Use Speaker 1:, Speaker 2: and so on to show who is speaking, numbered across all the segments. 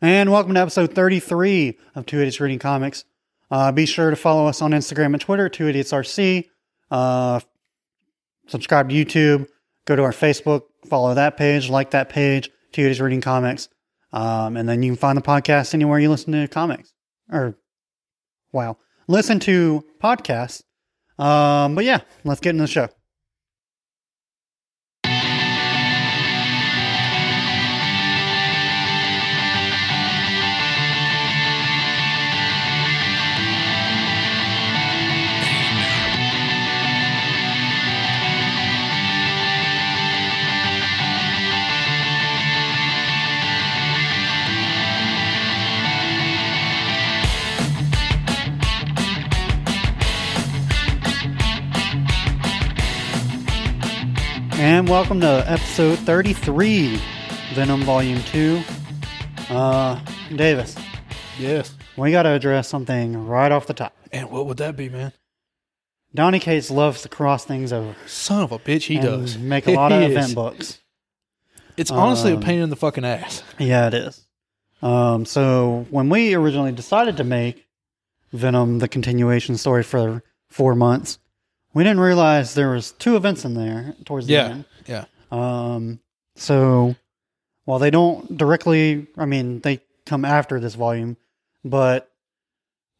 Speaker 1: And welcome to episode 33 of Two Idiots Reading Comics. Uh, be sure to follow us on Instagram and Twitter, Two Idiots RC. Uh, subscribe to YouTube. Go to our Facebook. Follow that page. Like that page. Two Idiots Reading Comics. Um, and then you can find the podcast anywhere you listen to comics. Or, wow. Listen to podcasts. Um, but yeah, let's get into the show. And welcome to episode 33, Venom Volume 2. Uh, Davis,
Speaker 2: Yes.
Speaker 1: we got to address something right off the top.
Speaker 2: And what would that be, man?
Speaker 1: Donny Cates loves to cross things over.
Speaker 2: Son of a bitch, he
Speaker 1: and
Speaker 2: does.
Speaker 1: Make a lot of
Speaker 2: He is.
Speaker 1: event books.
Speaker 2: It's honestly
Speaker 1: Um,
Speaker 2: a pain in the fucking ass.
Speaker 1: Yeah, it is. Um, so when we originally decided to make Venom the continuation story for four months, we didn't realize there was two events in there towards the
Speaker 2: Yeah.
Speaker 1: end.
Speaker 2: Yeah.
Speaker 1: Um, so while they don't directly, I mean, they come after this volume, but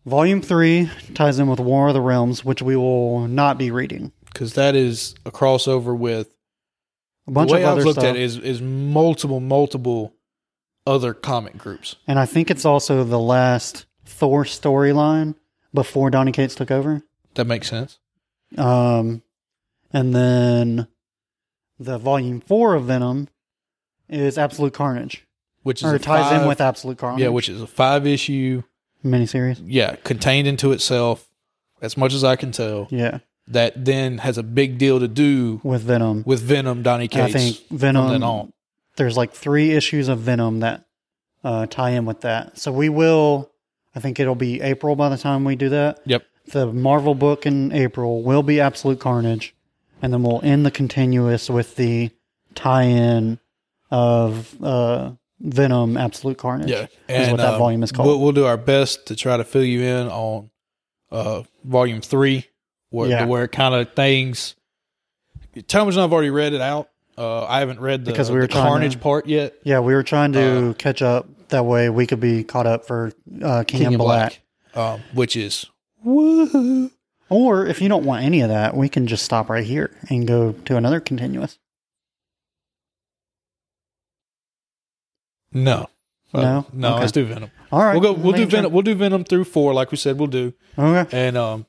Speaker 1: volume three ties in with War of the Realms, which we will not be reading.
Speaker 2: Because that is a crossover with
Speaker 1: A bunch
Speaker 2: the way
Speaker 1: of other
Speaker 2: I've looked
Speaker 1: stuff,
Speaker 2: at it is is multiple, multiple other comic groups.
Speaker 1: and I think it's also the last Thor storyline before Donny Cates took over.
Speaker 2: That makes sense.
Speaker 1: Um, and then the volume four of Venom is Absolute Carnage,
Speaker 2: Which is
Speaker 1: or
Speaker 2: a
Speaker 1: it ties in
Speaker 2: five-
Speaker 1: with Absolute Carnage.
Speaker 2: Yeah, which is a five issue,
Speaker 1: miniseries.
Speaker 2: yeah, contained into itself, as much as I can tell.
Speaker 1: Yeah,
Speaker 2: That then has a big deal to do
Speaker 1: with Venom.
Speaker 2: with Venom, Donny
Speaker 1: And I
Speaker 2: Cates.
Speaker 1: think
Speaker 2: from then
Speaker 1: Venom.
Speaker 2: on.
Speaker 1: There's like three issues of Venom that uh, tie in with that. So we will. I think it'll be April by the time we do that.
Speaker 2: Yep.
Speaker 1: The Marvel book in April will be Absolute Carnage, and then we'll end the continuous with the tie-in of uh, Venom Absolute Carnage.
Speaker 2: Yeah,
Speaker 1: is what that
Speaker 2: um,
Speaker 1: volume is called.
Speaker 2: We'll, we'll do our best to try to fill you in on uh, volume three, where
Speaker 1: Yeah.
Speaker 2: where kind of things. Tom's and I've already read it out. Uh, I haven't read the,
Speaker 1: Because we were
Speaker 2: the
Speaker 1: trying to-
Speaker 2: Carnage part yet.
Speaker 1: Yeah, we were trying
Speaker 2: Uh,
Speaker 1: to catch up. That way, we could be caught up for uh, King, and
Speaker 2: in
Speaker 1: Black.
Speaker 2: um, which is woohoo.
Speaker 1: Or if you don't want any of that, we can just stop right here and go to another continuous.
Speaker 2: No, Uh,
Speaker 1: No?
Speaker 2: no.
Speaker 1: Okay.
Speaker 2: Let's do Venom.
Speaker 1: All right,
Speaker 2: We'll go. We'll do
Speaker 1: making
Speaker 2: Venom. We'll do Venom through four, like we said. We'll do,
Speaker 1: sure. Okay.
Speaker 2: and um,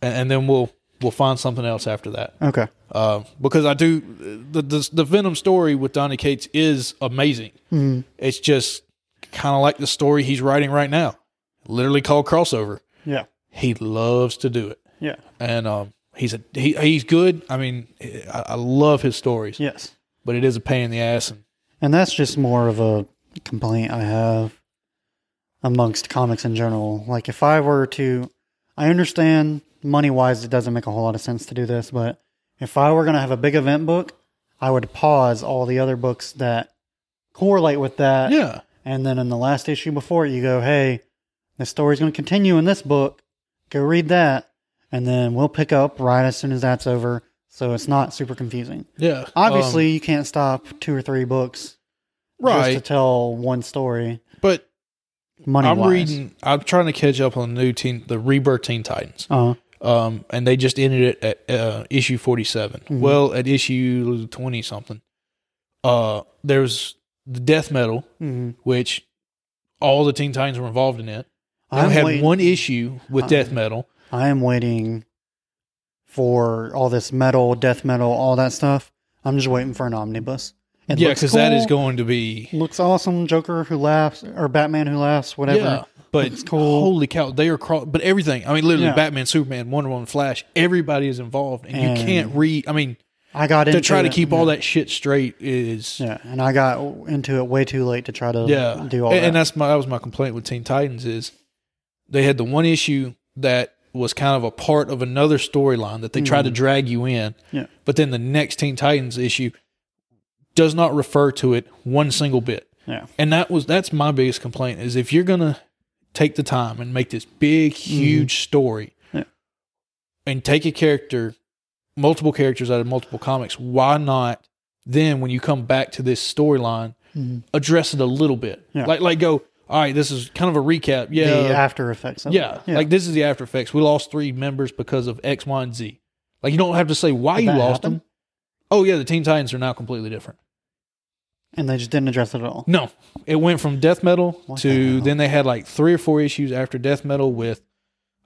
Speaker 2: and, and then we'll we'll find something else after that.
Speaker 1: Okay.
Speaker 2: uh, because I do the, the the Venom story with Donny Cates is amazing.
Speaker 1: Mm-hmm.
Speaker 2: It's just kind of like the story he's writing right now, literally called crossover.
Speaker 1: Yeah.
Speaker 2: He loves to do it,
Speaker 1: Yeah.
Speaker 2: and um, he's a he, he's good. I mean, I, I love his stories,
Speaker 1: Yes.
Speaker 2: but it is a pain in the ass. And
Speaker 1: And that's just more of a complaint I have amongst comics in general. Like, if I were to, I understand money wise, it doesn't make a whole lot of sense to do this, but if I were going to have a big event book, I would pause all the other books that correlate with that.
Speaker 2: yeah,
Speaker 1: And then in the last issue before it, you go, hey, the story's going to continue in this book. Go read that. And then we'll pick up right as soon as that's over. So it's not super confusing.
Speaker 2: yeah,
Speaker 1: Obviously, you can't stop two or three books
Speaker 2: Um, right?
Speaker 1: just to tell one story.
Speaker 2: but
Speaker 1: Money
Speaker 2: I'm
Speaker 1: wise.
Speaker 2: reading. I'm trying to catch up on the new teen, the Rebirth Teen Titans.
Speaker 1: Uh,
Speaker 2: um, and they just ended it at uh, issue 47.
Speaker 1: Mm-hmm.
Speaker 2: Well, at issue 20 something, uh, there's the death metal,
Speaker 1: mhm.
Speaker 2: which all the Teen Titans were involved in it. I
Speaker 1: I'm Uh,
Speaker 2: had
Speaker 1: wait-
Speaker 2: one issue with
Speaker 1: I'm-
Speaker 2: death metal.
Speaker 1: I am waiting for all this metal, death metal, all that stuff. I'm just waiting for an omnibus. It
Speaker 2: Yeah,
Speaker 1: looks
Speaker 2: because that is
Speaker 1: cool,
Speaker 2: going to be
Speaker 1: Looks awesome. Joker who laughs, or Batman who laughs, whatever.
Speaker 2: yeah. But
Speaker 1: Looks cool.
Speaker 2: holy cow, they are cross. But everything, I mean, literally,
Speaker 1: Yeah.
Speaker 2: Batman, Superman, Wonder Woman, Flash, everybody is involved, and,
Speaker 1: And-
Speaker 2: you can't read. I mean,
Speaker 1: I got
Speaker 2: to
Speaker 1: into
Speaker 2: try to
Speaker 1: it-
Speaker 2: keep all that shit straight is
Speaker 1: Yeah, and I got into it way too late to try to
Speaker 2: yeah
Speaker 1: um, do all
Speaker 2: and, and
Speaker 1: that.
Speaker 2: that's my that was my complaint with teen titans is they had the one issue that was kind of a part of another storyline that they tried to drag you in
Speaker 1: Mm-hmm. Yeah.
Speaker 2: but then the next teen titans issue does not refer to it one single bit
Speaker 1: Yeah.
Speaker 2: And that was that's my biggest complaint is if you're gonna take the time and make this big, huge story
Speaker 1: Mm-hmm. Yeah.
Speaker 2: and take a character, multiple characters out of multiple comics, why not then when you come back to this storyline, address it a little bit?
Speaker 1: Mm-hmm. Yeah.
Speaker 2: Like like go, all right, this is kind of a recap. Yeah.
Speaker 1: the after effects. Of it.
Speaker 2: yeah. Like this is the after effects. We lost three members because of X, Y, and Z. Like you don't have to say why
Speaker 1: Did
Speaker 2: you
Speaker 1: that
Speaker 2: lost
Speaker 1: happen?
Speaker 2: them. Oh yeah, the Teen Titans are now completely different.
Speaker 1: and they just didn't address it at all.
Speaker 2: No, it went from death metal
Speaker 1: What the
Speaker 2: to
Speaker 1: hell?
Speaker 2: then they had like three or four issues after death metal with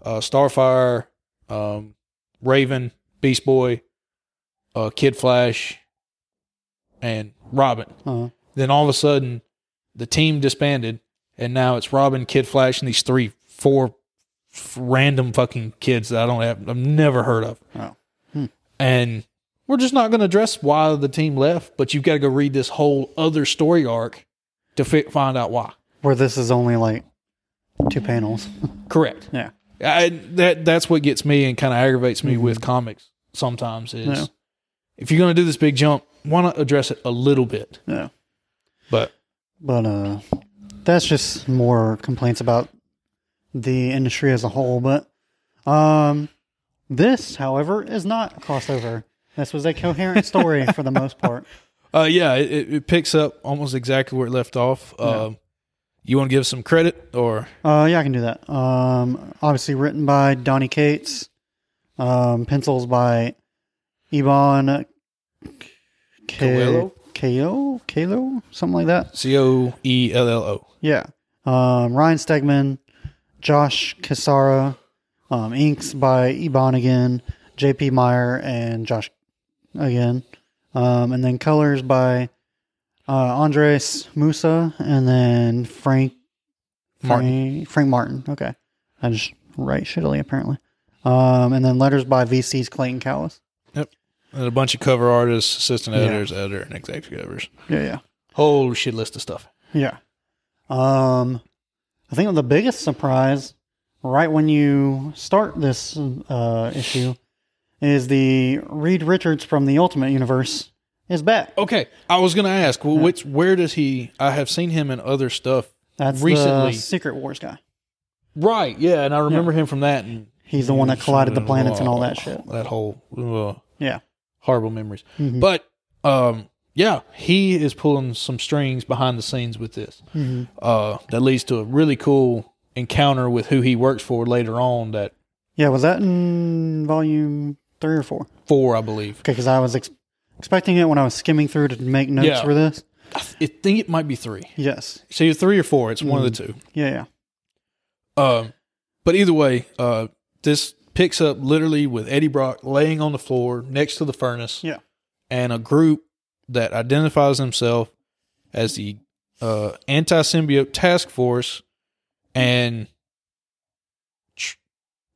Speaker 2: uh, Starfire, um, Raven, Beast Boy, uh, Kid Flash, and Robin.
Speaker 1: Uh,
Speaker 2: Then all of a sudden, the team disbanded, and now it's Robin, Kid Flash, and these three, four f- random fucking kids that I don't have, I've never heard of.
Speaker 1: Oh.
Speaker 2: And we're just not going to address why the team left, but you've got to go read this whole other story arc to fi- find out why.
Speaker 1: where this is only like two panels.
Speaker 2: Correct.
Speaker 1: yeah.
Speaker 2: I, that that's what gets me and kind of aggravates me with comics sometimes is
Speaker 1: Yeah.
Speaker 2: if you're going to do this big jump, why not address it a little bit?
Speaker 1: Yeah.
Speaker 2: But
Speaker 1: But uh, that's just more complaints about the industry as a whole. But um, this, however, is not a crossover. This was a coherent story for the most part.
Speaker 2: Uh, yeah, it- it, it picks up almost exactly where it left off. Um, you want to give some credit, or
Speaker 1: Uh, yeah, I can do that. Um, obviously written by Donnie Cates, um, pencils by Ebon K-
Speaker 2: Coelho?
Speaker 1: Kalo, Kalo, something like that.
Speaker 2: C O E L L O?
Speaker 1: Yeah. Um, Ryan Stegman, Josh Kisara, um, inks by Ebon again, JP Meyer, and Josh again. Um, and then colors by uh, Andres Musa and then Frank
Speaker 2: Martin.
Speaker 1: Frank, Frank Martin. Okay. I just write shittily, apparently. Um, and then letters by VC's Clayton Callis.
Speaker 2: Yep. And a bunch of cover artists, assistant
Speaker 1: Yeah.
Speaker 2: editors, editor, and executive editors.
Speaker 1: Yeah, yeah.
Speaker 2: Whole shit list of stuff.
Speaker 1: Yeah. Um, I think the biggest surprise, right when you start this uh, issue, is the Reed Richards from the Ultimate Universe is back.
Speaker 2: Okay, I was gonna ask, well, which where does he? I have seen him in other stuff
Speaker 1: That's
Speaker 2: recently.
Speaker 1: the Secret Wars guy.
Speaker 2: Right? Yeah, and I remember him from that. And
Speaker 1: He's the one that collided the planets and all that
Speaker 2: Oh,
Speaker 1: shit. Mm-hmm.
Speaker 2: That whole uh,
Speaker 1: Yeah.
Speaker 2: horrible memories. But um, yeah, he is pulling some strings behind the scenes with this.
Speaker 1: Mm-hmm.
Speaker 2: Uh, that leads to a really cool encounter with who he works for later on. That
Speaker 1: Yeah, was that in volume three or four?
Speaker 2: four, I believe.
Speaker 1: Okay, because I was ex- expecting it when I was skimming through to make notes
Speaker 2: Yeah.
Speaker 1: for this.
Speaker 2: I th- I think it might be three.
Speaker 1: Yes.
Speaker 2: So you're three or four. It's one of
Speaker 1: Mm-hmm.
Speaker 2: the two.
Speaker 1: Yeah, yeah.
Speaker 2: Um, but either way, uh, this picks up literally with Eddie Brock laying on the floor next to the furnace.
Speaker 1: Yeah.
Speaker 2: and a group that identifies themselves as the uh, Anti Symbiote Task Force and tr-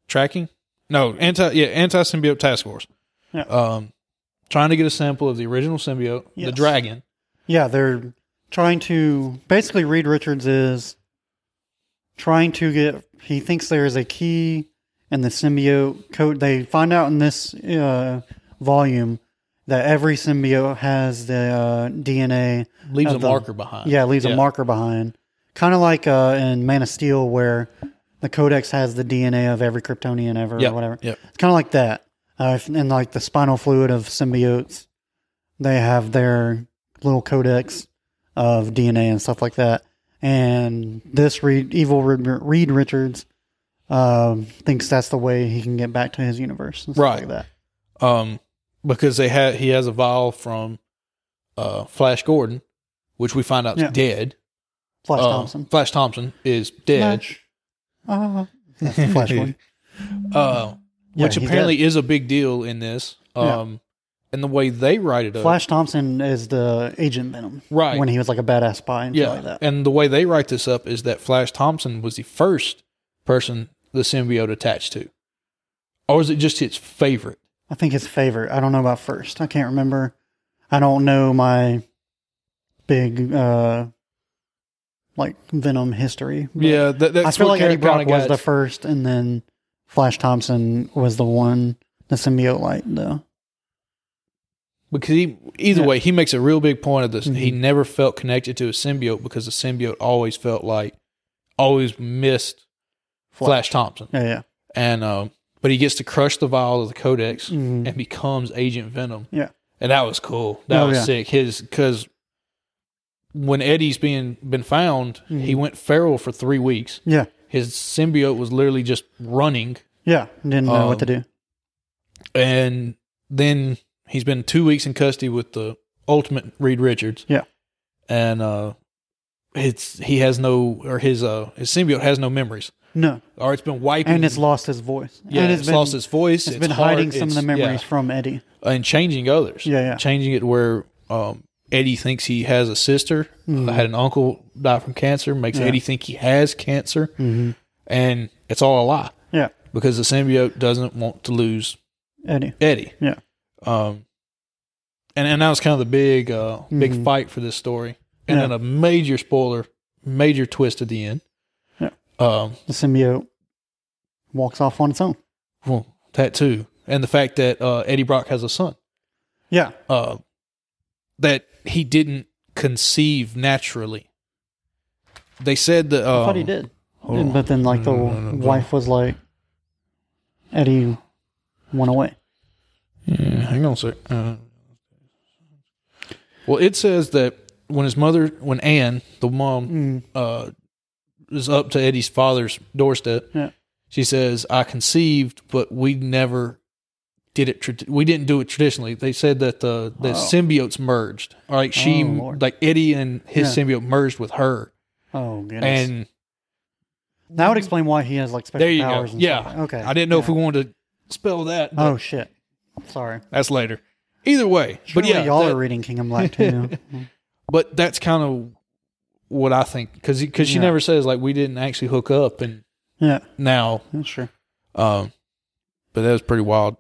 Speaker 2: tracking? No, anti yeah Anti Symbiote Task Force.
Speaker 1: Yeah.
Speaker 2: Um, trying to get a sample of the original symbiote, the
Speaker 1: Yes.
Speaker 2: dragon.
Speaker 1: Yeah, they're trying to basically Reed Richards is trying to get he thinks there is a key in the symbiote code they find out in this uh, volume that every symbiote has the uh, DNA
Speaker 2: Leaves
Speaker 1: of
Speaker 2: a
Speaker 1: the-
Speaker 2: marker behind.
Speaker 1: Yeah, leaves a marker behind. Kind of like uh, in Man of Steel where the codex has the DNA of every Kryptonian ever
Speaker 2: Yeah,
Speaker 1: or whatever.
Speaker 2: yeah.
Speaker 1: It's kind of like that. Uh, if- and like the spinal fluid of symbiotes, they have their little codex of DNA and stuff like that. And this Reed, evil Reed, Reed Richards um, thinks that's the way he can get back to his universe and stuff like
Speaker 2: Right.
Speaker 1: that.
Speaker 2: Um, because they had he has a vial from uh, Flash Gordon, which we find out is
Speaker 1: Yeah.
Speaker 2: dead.
Speaker 1: Flash
Speaker 2: Uh,
Speaker 1: Thompson.
Speaker 2: Flash Thompson is dead.
Speaker 1: Flash. Uh, that's the Flash one.
Speaker 2: uh,
Speaker 1: Yeah,
Speaker 2: which
Speaker 1: he's
Speaker 2: apparently is a big deal in this.
Speaker 1: Yeah.
Speaker 2: Um, and the way they write it up,
Speaker 1: Flash Thompson is the agent Venom.
Speaker 2: Right.
Speaker 1: When he was like a badass spy and shit
Speaker 2: yeah,
Speaker 1: like that.
Speaker 2: and the way they write this up is that Flash Thompson was the first person the symbiote attached to, or is it just its favorite?
Speaker 1: I think his favorite. I don't know about first. I can't remember. I don't know my big uh like Venom history. but
Speaker 2: yeah, that, that's
Speaker 1: I feel
Speaker 2: what
Speaker 1: like Eddie
Speaker 2: kinda
Speaker 1: Brock was
Speaker 2: got-
Speaker 1: the first and then Flash Thompson was the one the symbiote like though.
Speaker 2: because he
Speaker 1: Yeah.
Speaker 2: either
Speaker 1: Mm-hmm.
Speaker 2: way he makes a real big point of this. He never felt connected to a symbiote because the symbiote always felt like always missed Flash, Thompson,
Speaker 1: Yeah, yeah.
Speaker 2: and um, but he gets to crush the vial of the Codex
Speaker 1: Mhm.
Speaker 2: and becomes Agent Venom.
Speaker 1: Yeah.
Speaker 2: and that was cool. That
Speaker 1: Oh,
Speaker 2: was
Speaker 1: yeah.
Speaker 2: sick. His because when Eddie's being been found,
Speaker 1: Mm-hmm.
Speaker 2: he went feral for three weeks.
Speaker 1: Yeah.
Speaker 2: His symbiote was literally just running
Speaker 1: Yeah. Didn't know what to
Speaker 2: Um,
Speaker 1: do.
Speaker 2: and then he's been two weeks in custody with the ultimate Reed Richards.
Speaker 1: Yeah.
Speaker 2: and uh, it's he has no or his uh his symbiote has no memories,
Speaker 1: No.
Speaker 2: or it's been wiping
Speaker 1: And it's lost his voice.
Speaker 2: yeah,
Speaker 1: and
Speaker 2: it's, lost its voice.
Speaker 1: it's been hiding some of the memories from Eddie.
Speaker 2: and changing others.
Speaker 1: Yeah, yeah.
Speaker 2: changing it where um Eddie thinks he has a sister.
Speaker 1: Mm-hmm.
Speaker 2: uh, had an uncle die from cancer. Makes Eddie think he has cancer,
Speaker 1: Mm-hmm.
Speaker 2: and it's all a lie
Speaker 1: Yeah.
Speaker 2: because the symbiote doesn't want to lose
Speaker 1: Eddie.
Speaker 2: Eddie.
Speaker 1: Yeah.
Speaker 2: Um, and and that was kind of the big uh, big fight for this story, and
Speaker 1: Mm-hmm. Yeah.
Speaker 2: then a major spoiler, major twist at the end.
Speaker 1: Yeah.
Speaker 2: Um,
Speaker 1: The symbiote walks off on its own.
Speaker 2: well, that too, and the fact that uh, Eddie Brock has a son
Speaker 1: Yeah.
Speaker 2: uh, that he didn't conceive naturally. They said that um,
Speaker 1: I thought he did.
Speaker 2: hold on.
Speaker 1: But then, like, the
Speaker 2: No, no, no, no.
Speaker 1: wife was like, Eddie went away.
Speaker 2: Yeah, hang on a sec. Uh, well, it says that when his mother, when Anne, the mom,
Speaker 1: Mm.
Speaker 2: uh, is up to Eddie's father's doorstep,
Speaker 1: Yeah.
Speaker 2: she says, "I conceived, but we never did it. Tra- we didn't do it traditionally." They said that the the symbiotes merged. All right, she
Speaker 1: Oh, Lord.
Speaker 2: like Eddie and his
Speaker 1: Yeah.
Speaker 2: symbiote merged with her,
Speaker 1: Oh, goodness.
Speaker 2: and
Speaker 1: that would explain why he has, like, special
Speaker 2: there you go.
Speaker 1: powers. And
Speaker 2: Yeah,
Speaker 1: Stuff. Okay.
Speaker 2: I didn't know if we wanted to spell that. But
Speaker 1: Oh, shit. Sorry.
Speaker 2: that's later. Either way,
Speaker 1: Surely
Speaker 2: but yeah,
Speaker 1: y'all
Speaker 2: that-
Speaker 1: are reading Kingdom Black too.
Speaker 2: but that's kind of what I think because because she
Speaker 1: Yeah.
Speaker 2: never says like we didn't actually hook up and
Speaker 1: yeah,
Speaker 2: now
Speaker 1: that's true.
Speaker 2: um but that was pretty wild.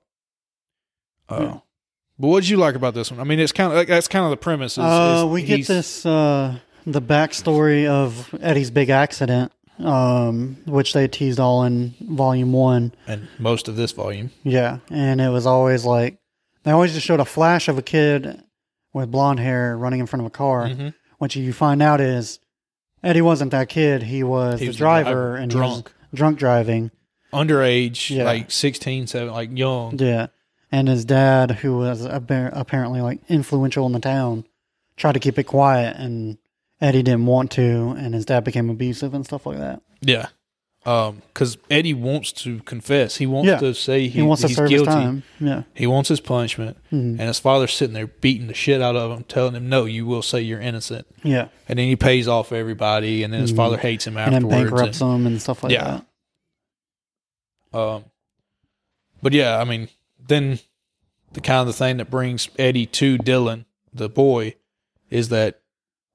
Speaker 2: Uh,
Speaker 1: Yeah.
Speaker 2: But what did you like about this one? I mean, it's kind of like, that's kind of the premise. Is,
Speaker 1: Uh,
Speaker 2: is
Speaker 1: we get
Speaker 2: he's-
Speaker 1: this uh, the backstory of Eddie's big accident, um, which they teased all in Volume One.
Speaker 2: and most of this volume.
Speaker 1: Yeah, and it was always like they always just showed a flash of a kid with blonde hair running in front of a car,
Speaker 2: Mm-hmm.
Speaker 1: which you find out is Eddie wasn't that kid. He was
Speaker 2: He
Speaker 1: the
Speaker 2: was the
Speaker 1: driver,
Speaker 2: driver,
Speaker 1: and he was
Speaker 2: drunk.
Speaker 1: drunk driving.
Speaker 2: Underage,
Speaker 1: Yeah.
Speaker 2: like 16, 17, like young.
Speaker 1: Yeah. And his dad, who was appa- apparently like influential in the town, tried to keep it quiet, and Eddie didn't want to, and his dad became abusive and stuff like that.
Speaker 2: Yeah. Because Um, Eddie wants to confess. He wants
Speaker 1: Yeah.
Speaker 2: to say
Speaker 1: He
Speaker 2: he,
Speaker 1: wants to
Speaker 2: he's
Speaker 1: serve
Speaker 2: guilty.
Speaker 1: his time. Mm-hmm. Yeah,
Speaker 2: He wants his punishment. And his father's sitting there beating the shit out of him, telling him, no, you will say you're innocent.
Speaker 1: yeah,
Speaker 2: And then he pays off everybody. And then his father hates him
Speaker 1: Mm-hmm. and then
Speaker 2: afterwards.
Speaker 1: bankrupts
Speaker 2: and-
Speaker 1: him and stuff like
Speaker 2: Yeah.
Speaker 1: that.
Speaker 2: um, but yeah, I mean, then the kind of the thing that brings Eddie to Dylan, the boy, is that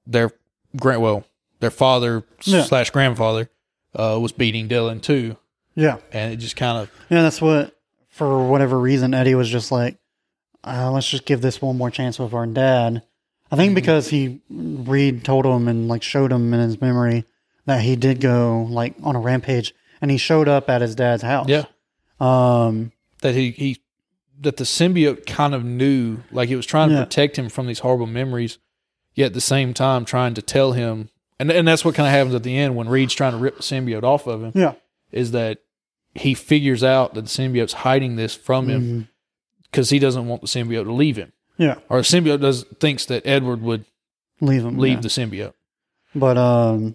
Speaker 2: their grand, well, their father
Speaker 1: Yeah.
Speaker 2: slash grandfather uh, was beating Dylan too.
Speaker 1: Yeah,
Speaker 2: And it just kind of
Speaker 1: yeah, that's what. For whatever reason, Eddie was just like, uh, "Let's just give this one more chance with our dad." I
Speaker 2: Mm-hmm.
Speaker 1: think because he Reed told him and like showed him in his memory that he did go like on a rampage, and he showed up at his dad's house.
Speaker 2: yeah.
Speaker 1: Um,
Speaker 2: that he, he that the symbiote kind of knew like it was trying to
Speaker 1: Yeah.
Speaker 2: protect him from these horrible memories yet at the same time trying to tell him and and that's what kind of happens at the end when Reed's trying to rip the symbiote off of him
Speaker 1: yeah,
Speaker 2: is that he figures out that the symbiote's hiding this from
Speaker 1: Mm-hmm.
Speaker 2: him because he doesn't want the symbiote to leave him
Speaker 1: yeah.
Speaker 2: or the symbiote does thinks that Edward would
Speaker 1: Leave him.
Speaker 2: leave
Speaker 1: yeah.
Speaker 2: the symbiote
Speaker 1: But um,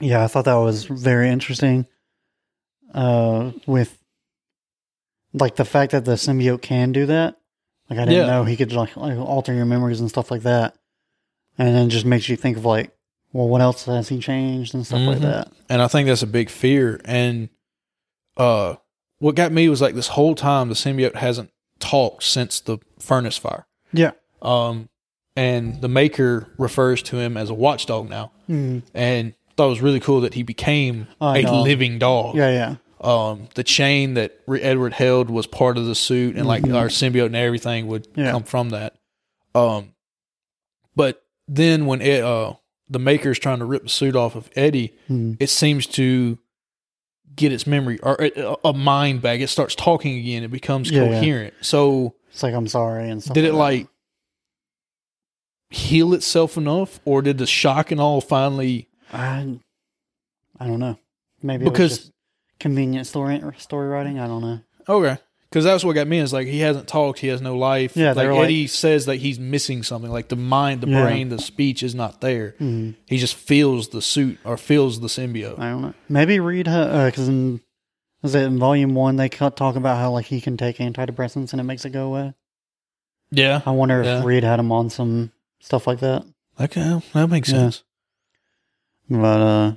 Speaker 1: yeah, I thought that was very interesting. Uh, with like the fact that the symbiote can do that. Like I didn't
Speaker 2: Yeah.
Speaker 1: know he could like, like alter your memories and stuff like that, and then it just makes you think of like, well, what else has he changed and stuff like
Speaker 2: Mhm.
Speaker 1: that.
Speaker 2: and I think that's a big fear. And uh, what got me was like this whole time the symbiote hasn't talked since the furnace fire.
Speaker 1: Yeah.
Speaker 2: Um, and the maker refers to him as a watchdog now,
Speaker 1: Mm.
Speaker 2: and thought it was really cool that he became
Speaker 1: I
Speaker 2: a
Speaker 1: know.
Speaker 2: living dog.
Speaker 1: Yeah, yeah,
Speaker 2: Um, the chain that Re- Edward held was part of the suit, and like our symbiote and everything would
Speaker 1: Mm-hmm. Yeah.
Speaker 2: come from that. Um, but then when it, uh, the maker's trying to rip the suit off of Eddie,
Speaker 1: Mm.
Speaker 2: it seems to uh, get its memory or a, a mind back. It starts talking again. It becomes
Speaker 1: Yeah, yeah.
Speaker 2: coherent. So
Speaker 1: It's like I'm sorry and stuff.
Speaker 2: Did it
Speaker 1: that.
Speaker 2: like heal itself enough, or did the shock and all finally?
Speaker 1: I, I don't know. Maybe because
Speaker 2: Because-
Speaker 1: convenient story story writing. I don't know.
Speaker 2: Okay, because that's what got me. Is like he hasn't talked, he has no life.
Speaker 1: Yeah,
Speaker 2: like
Speaker 1: they were like-
Speaker 2: Eddie says that he's missing something, like the mind, the
Speaker 1: Yeah.
Speaker 2: brain, the speech is not there.
Speaker 1: Mhm.
Speaker 2: He just feels the suit or feels the symbiote.
Speaker 1: I don't know. Maybe read her because in was it in volume one they cut, talk about how like he can take antidepressants and it makes it go away.
Speaker 2: Yeah.
Speaker 1: I wonder
Speaker 2: Yeah.
Speaker 1: if Reed had him on some stuff like that.
Speaker 2: Okay, well, that makes
Speaker 1: Yeah.
Speaker 2: sense.
Speaker 1: But uh,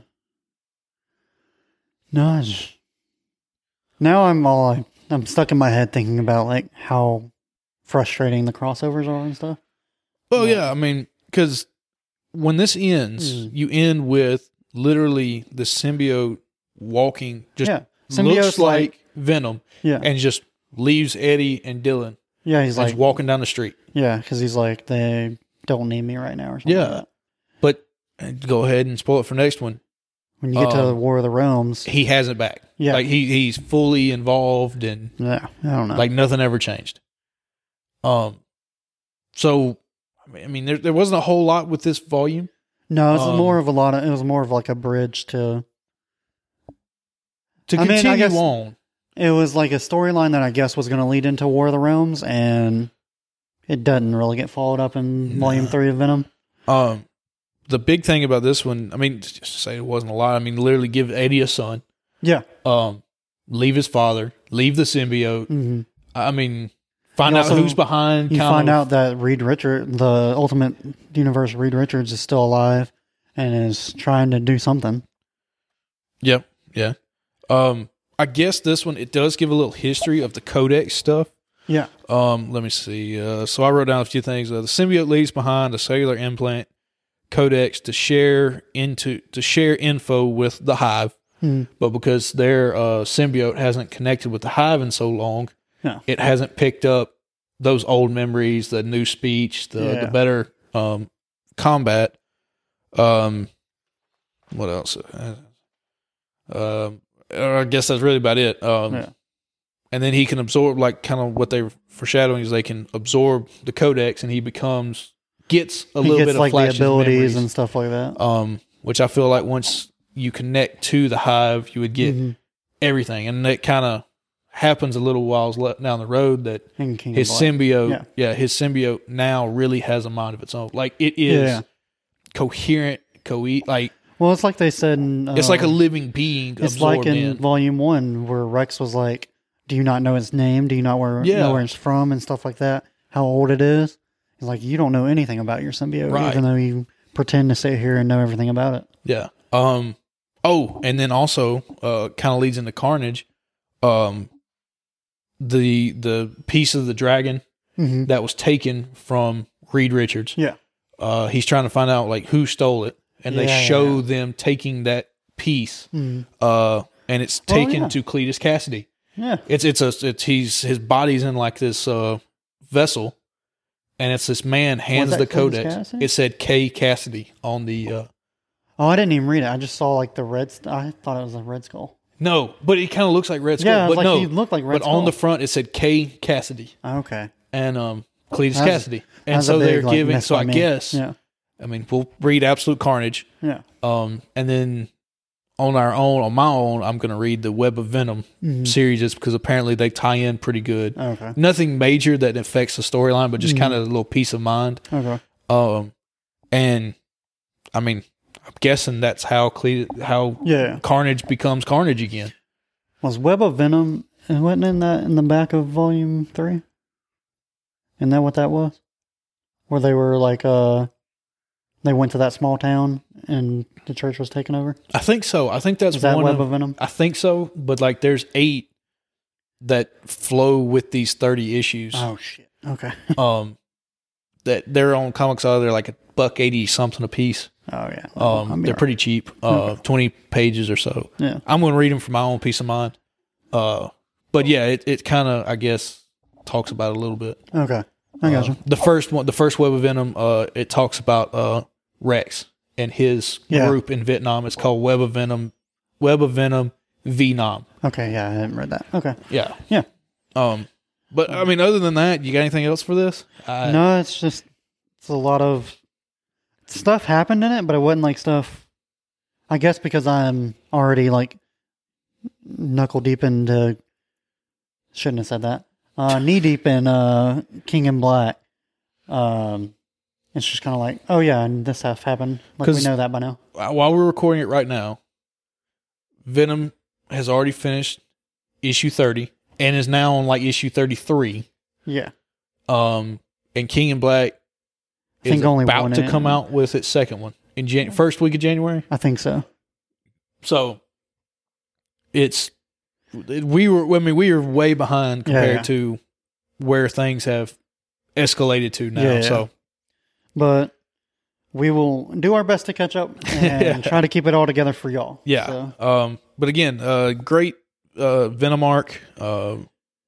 Speaker 1: no. I just- now I'm all like, I'm stuck in my head thinking about like how frustrating the crossovers are and stuff.
Speaker 2: Well,
Speaker 1: Yeah.
Speaker 2: Oh, yeah, I mean, because when this ends,
Speaker 1: Mm.
Speaker 2: you end with literally the symbiote walking, just
Speaker 1: yeah,
Speaker 2: looks like, Venom,
Speaker 1: yeah,
Speaker 2: and just leaves Eddie and Dylan.
Speaker 1: yeah. He's
Speaker 2: He's
Speaker 1: like
Speaker 2: walking down the street.
Speaker 1: Yeah, because he's like, they don't need me right now or something.
Speaker 2: Yeah.
Speaker 1: like that.
Speaker 2: But and go ahead and spoil it for next one.
Speaker 1: When you get to
Speaker 2: Um,
Speaker 1: the War of the Realms,
Speaker 2: He has it back.
Speaker 1: Yeah.
Speaker 2: like he he's fully involved and
Speaker 1: yeah, I don't know.
Speaker 2: like nothing ever changed. Um, so I mean, I mean, there there wasn't a whole lot with this volume.
Speaker 1: no, it's
Speaker 2: um,
Speaker 1: more of a lot of, it was more of like a bridge to,
Speaker 2: To
Speaker 1: I mean, I
Speaker 2: continue
Speaker 1: guess-
Speaker 2: on,
Speaker 1: it was like a storyline that I guess was going to lead into War of the Realms, and it doesn't really get followed up in
Speaker 2: No.
Speaker 1: Volume 3 of Venom.
Speaker 2: Um, the big thing about this one, I mean, just to say it wasn't a lot. I mean, literally give Eddie a son,
Speaker 1: Yeah.
Speaker 2: um, leave his father, leave the symbiote.
Speaker 1: hmm
Speaker 2: I mean, find
Speaker 1: You
Speaker 2: out
Speaker 1: also-
Speaker 2: who's behind.
Speaker 1: You
Speaker 2: kind
Speaker 1: find
Speaker 2: of-
Speaker 1: out that Reed Richard, the Ultimate Universe Reed Richards, is still alive and is trying to do something.
Speaker 2: Yep. Yeah. Um, I guess this one it does give a little history of the codex stuff.
Speaker 1: Yeah.
Speaker 2: Um, let me see. Uh, so I wrote down a few things. Uh, the symbiote leaves behind a cellular implant codex to share into to share info with the hive,
Speaker 1: Hmm.
Speaker 2: but because their uh, symbiote hasn't connected with the hive in so long,
Speaker 1: Yeah.
Speaker 2: it hasn't picked up those old memories, the new speech, the,
Speaker 1: Yeah.
Speaker 2: the better um, combat. Um, what else? Uh, Um, I guess that's really about it. Um,
Speaker 1: Yeah.
Speaker 2: and then he can absorb like kind of what they're foreshadowing is they can absorb the codex and he becomes gets a
Speaker 1: He
Speaker 2: little
Speaker 1: gets
Speaker 2: bit of
Speaker 1: like the
Speaker 2: flashes
Speaker 1: abilities
Speaker 2: memories,
Speaker 1: and stuff like that.
Speaker 2: um which i feel like once you connect to the hive you would get
Speaker 1: Mhm.
Speaker 2: everything and that kind of happens a little while le- down the road that
Speaker 1: In King of
Speaker 2: his
Speaker 1: Black.
Speaker 2: symbiote
Speaker 1: Yeah.
Speaker 2: yeah. his symbiote now really has a mind of its own like it is
Speaker 1: Yeah.
Speaker 2: coherent coe like
Speaker 1: Well, it's like they said. In, uh,
Speaker 2: it's like a living being
Speaker 1: It's
Speaker 2: absorbed
Speaker 1: like in
Speaker 2: in,
Speaker 1: Volume One where Rex was like, "Do you not know its name? Do you not where,
Speaker 2: Yeah.
Speaker 1: know where it's from and stuff like that? How old it is?" He's like, "You don't know anything about your symbiote,
Speaker 2: Right.
Speaker 1: even though you pretend to sit here and know everything about it."
Speaker 2: Yeah. Um oh, and then also uh kind of leads into Carnage. Um the the piece of the dragon
Speaker 1: Mm-hmm.
Speaker 2: that was taken from Reed Richards.
Speaker 1: Yeah,
Speaker 2: Uh he's trying to find out like who stole it and they
Speaker 1: Yeah,
Speaker 2: show them taking that piece
Speaker 1: Mhm.
Speaker 2: uh and it's taken
Speaker 1: Oh, yeah.
Speaker 2: to Cletus Cassidy.
Speaker 1: yeah,
Speaker 2: It's it's a it's he's his body's in like this uh vessel and it's this man hands
Speaker 1: that
Speaker 2: the
Speaker 1: Cletus
Speaker 2: codex.
Speaker 1: Cassidy?
Speaker 2: It said K Cassidy on the uh
Speaker 1: Oh, I didn't even read it. I just saw like the red. St- I thought it was a red skull.
Speaker 2: No, but it kind of looks like Red Skull.
Speaker 1: yeah, I was
Speaker 2: but
Speaker 1: like
Speaker 2: no,
Speaker 1: he looked like red
Speaker 2: but
Speaker 1: skull.
Speaker 2: on the front it said K Cassidy
Speaker 1: okay,
Speaker 2: and um Cletus
Speaker 1: That's-
Speaker 2: Cassidy, and
Speaker 1: That's
Speaker 2: so
Speaker 1: a big,
Speaker 2: they're
Speaker 1: like,
Speaker 2: giving.
Speaker 1: miss
Speaker 2: So
Speaker 1: by
Speaker 2: I
Speaker 1: me.
Speaker 2: guess
Speaker 1: yeah,
Speaker 2: I mean we'll read Absolute Carnage,
Speaker 1: yeah,
Speaker 2: um, and then on our own, on my own, I'm gonna read the Web of Venom
Speaker 1: Mm-hmm.
Speaker 2: series just because apparently they tie in pretty good.
Speaker 1: okay,
Speaker 2: Nothing major that affects the storyline, but just
Speaker 1: Mm-hmm.
Speaker 2: kind of a little peace of mind.
Speaker 1: okay,
Speaker 2: Um, and I mean, I'm guessing that's how Cle- how
Speaker 1: yeah.
Speaker 2: Carnage becomes Carnage again.
Speaker 1: Was Web of Venom and wasn't in that in the back of Volume Three? Isn't that what that was? Where they were like, uh, they went to that small town and the church was taken over.
Speaker 2: I think so. I think that's
Speaker 1: Is that
Speaker 2: one
Speaker 1: Web
Speaker 2: of,
Speaker 1: of Venom?
Speaker 2: I think so, but like there's eight that flow with these 30 issues.
Speaker 1: Oh shit. Okay.
Speaker 2: Um, that they're on comics out there like a buck 80 something a piece.
Speaker 1: Oh yeah.
Speaker 2: Um,
Speaker 1: I'll be
Speaker 2: they're
Speaker 1: right.
Speaker 2: pretty cheap, uh, 20 pages or so.
Speaker 1: Yeah.
Speaker 2: I'm going to read them for my own peace of mind. Uh, but yeah, it, it kind of, I guess, talks about it a little bit.
Speaker 1: Okay. I gotcha.
Speaker 2: Uh, the first one, the first Web of Venom, uh, it talks about uh, Rex and his
Speaker 1: Yeah.
Speaker 2: group in Vietnam. It's called Web of Venom, Web of Venom, Venom.
Speaker 1: okay. Yeah, I hadn't read that. Okay.
Speaker 2: Yeah.
Speaker 1: Yeah.
Speaker 2: Um, But I mean, other than that, you got anything else for this? I,
Speaker 1: no, it's just it's a lot of stuff happened in it, but it wasn't like stuff. I guess because I'm already like knuckle deep into. Shouldn't have said that. Uh, knee deep in uh, King in Black. Um, it's just kind of like, oh yeah, and this stuff happened. Like we
Speaker 2: 'Cause-
Speaker 1: know that by now.
Speaker 2: While we're recording it right now, Venom has already finished issue thirty and is now on like issue thirty three.
Speaker 1: Yeah,
Speaker 2: Um, and King and Black
Speaker 1: I think
Speaker 2: is
Speaker 1: only
Speaker 2: about
Speaker 1: one
Speaker 2: to
Speaker 1: in.
Speaker 2: come out with its second one in Jan- first week of January.
Speaker 1: I think so.
Speaker 2: So it's we were. I mean, we are way behind
Speaker 1: Yeah,
Speaker 2: compared
Speaker 1: yeah.
Speaker 2: to where things have escalated to now.
Speaker 1: Yeah, yeah.
Speaker 2: So
Speaker 1: But we will do our best to catch up and
Speaker 2: Yeah.
Speaker 1: try to keep it all together for y'all.
Speaker 2: yeah.
Speaker 1: So,
Speaker 2: Um, but again, uh, great uh, Venom arc. Uh,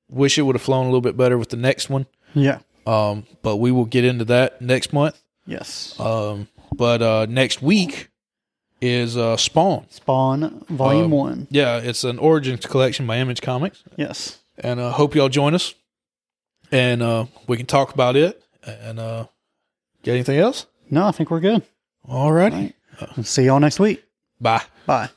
Speaker 2: wish it would have flown a little bit better with the next one.
Speaker 1: yeah.
Speaker 2: Um, but we will get into that next month.
Speaker 1: Yes.
Speaker 2: Um, but uh, next week is uh, Spawn.
Speaker 1: Spawn Volume
Speaker 2: um,
Speaker 1: One.
Speaker 2: Yeah, it's an Origins collection by Image Comics,
Speaker 1: Yes.
Speaker 2: and uh, hope y'all join us, and uh, we can talk about it. And uh, got anything else?
Speaker 1: No, I think we're good.
Speaker 2: All righty,
Speaker 1: See y'all next week.
Speaker 2: bye.
Speaker 1: Bye.